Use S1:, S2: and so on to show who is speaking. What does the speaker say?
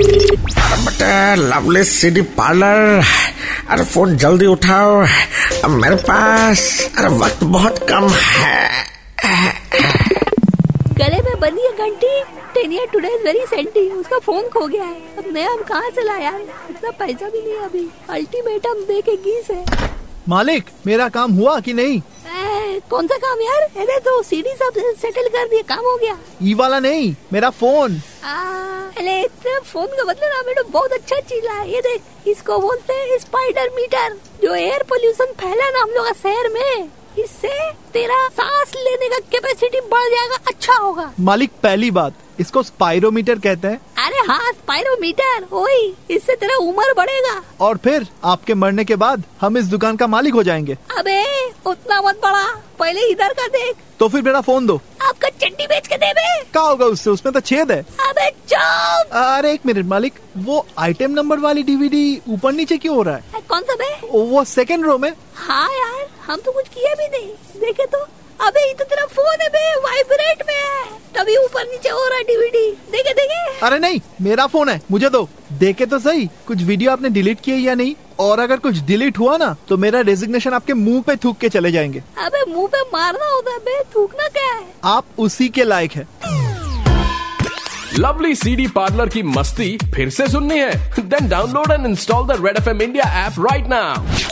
S1: But lovely city parlour अरे phone जल्दी उठाओ अब मेरे पास अरे वक्त बहुत कम है
S2: गले में बंधी है घंटी ten year today is very senti उसका फोन खो गया है अब नया हम कहाँ से लाया है? इतना पैसा भी नहीं है अभी अल्टीमेटम दे के गीस है
S3: मालिक मेरा काम हुआ कि नहीं
S2: ऐ, कौन सा काम यार अरे तो सीडी सब सेटल कर दिया काम हो गया
S3: ई वाला नहीं मेरा फोन
S2: आ, अरे इतना फोन का मतलब ना मैडम बहुत अच्छा चीज लाया ये देख इसको बोलते हैं स्पाइडर मीटर जो एयर पोल्यूशन फैला ना हम लोग का शहर में इससे तेरा सांस लेने का कैपेसिटी बढ़ जाएगा अच्छा होगा
S3: मालिक पहली बात इसको स्पायरोमीटर कहते हैं
S2: अरे हाँ स्पायरोमीटर ओई इससे तेरा उम्र बढ़ेगा
S3: और फिर आपके मरने के बाद हम इस दुकान का मालिक हो जाएंगे
S2: अबे उतना मत बढ़ा पहले इधर का देख
S3: तो फिर मेरा फोन दो
S2: आपका चड्डी बेच के दे बे
S3: क्या होगा उससे उसमें तो छेद है
S2: अबे चुप
S3: अरे एक मिनट मालिक वो आइटम नंबर वाली डीवीडी ऊपर नीचे क्यों हो रहा है
S2: ए, कौन सा बे
S3: ओ, वो सेकंड रो में
S2: हाँ यार हम तो कुछ किए भी नहीं देखे तो अबे ये तो तेरा फोन है बे वाइब्रेट में है तभी ऊपर नीचे हो रहा डीवीडी देखे देखे
S3: अरे नहीं मेरा फोन है मुझे दो देखे तो सही कुछ वीडियो आपने डिलीट किए या नहीं और अगर कुछ डिलीट हुआ ना तो मेरा रेजिग्नेशन आपके मुंह पे थूक के चले जाएंगे
S2: अबे मुंह पे मारना होता है बे थूकना क्या है
S3: आप उसी के लायक है
S4: लवली सीडी पार्लर की मस्ती फिर से सुननी है then download and install the red F M India app right now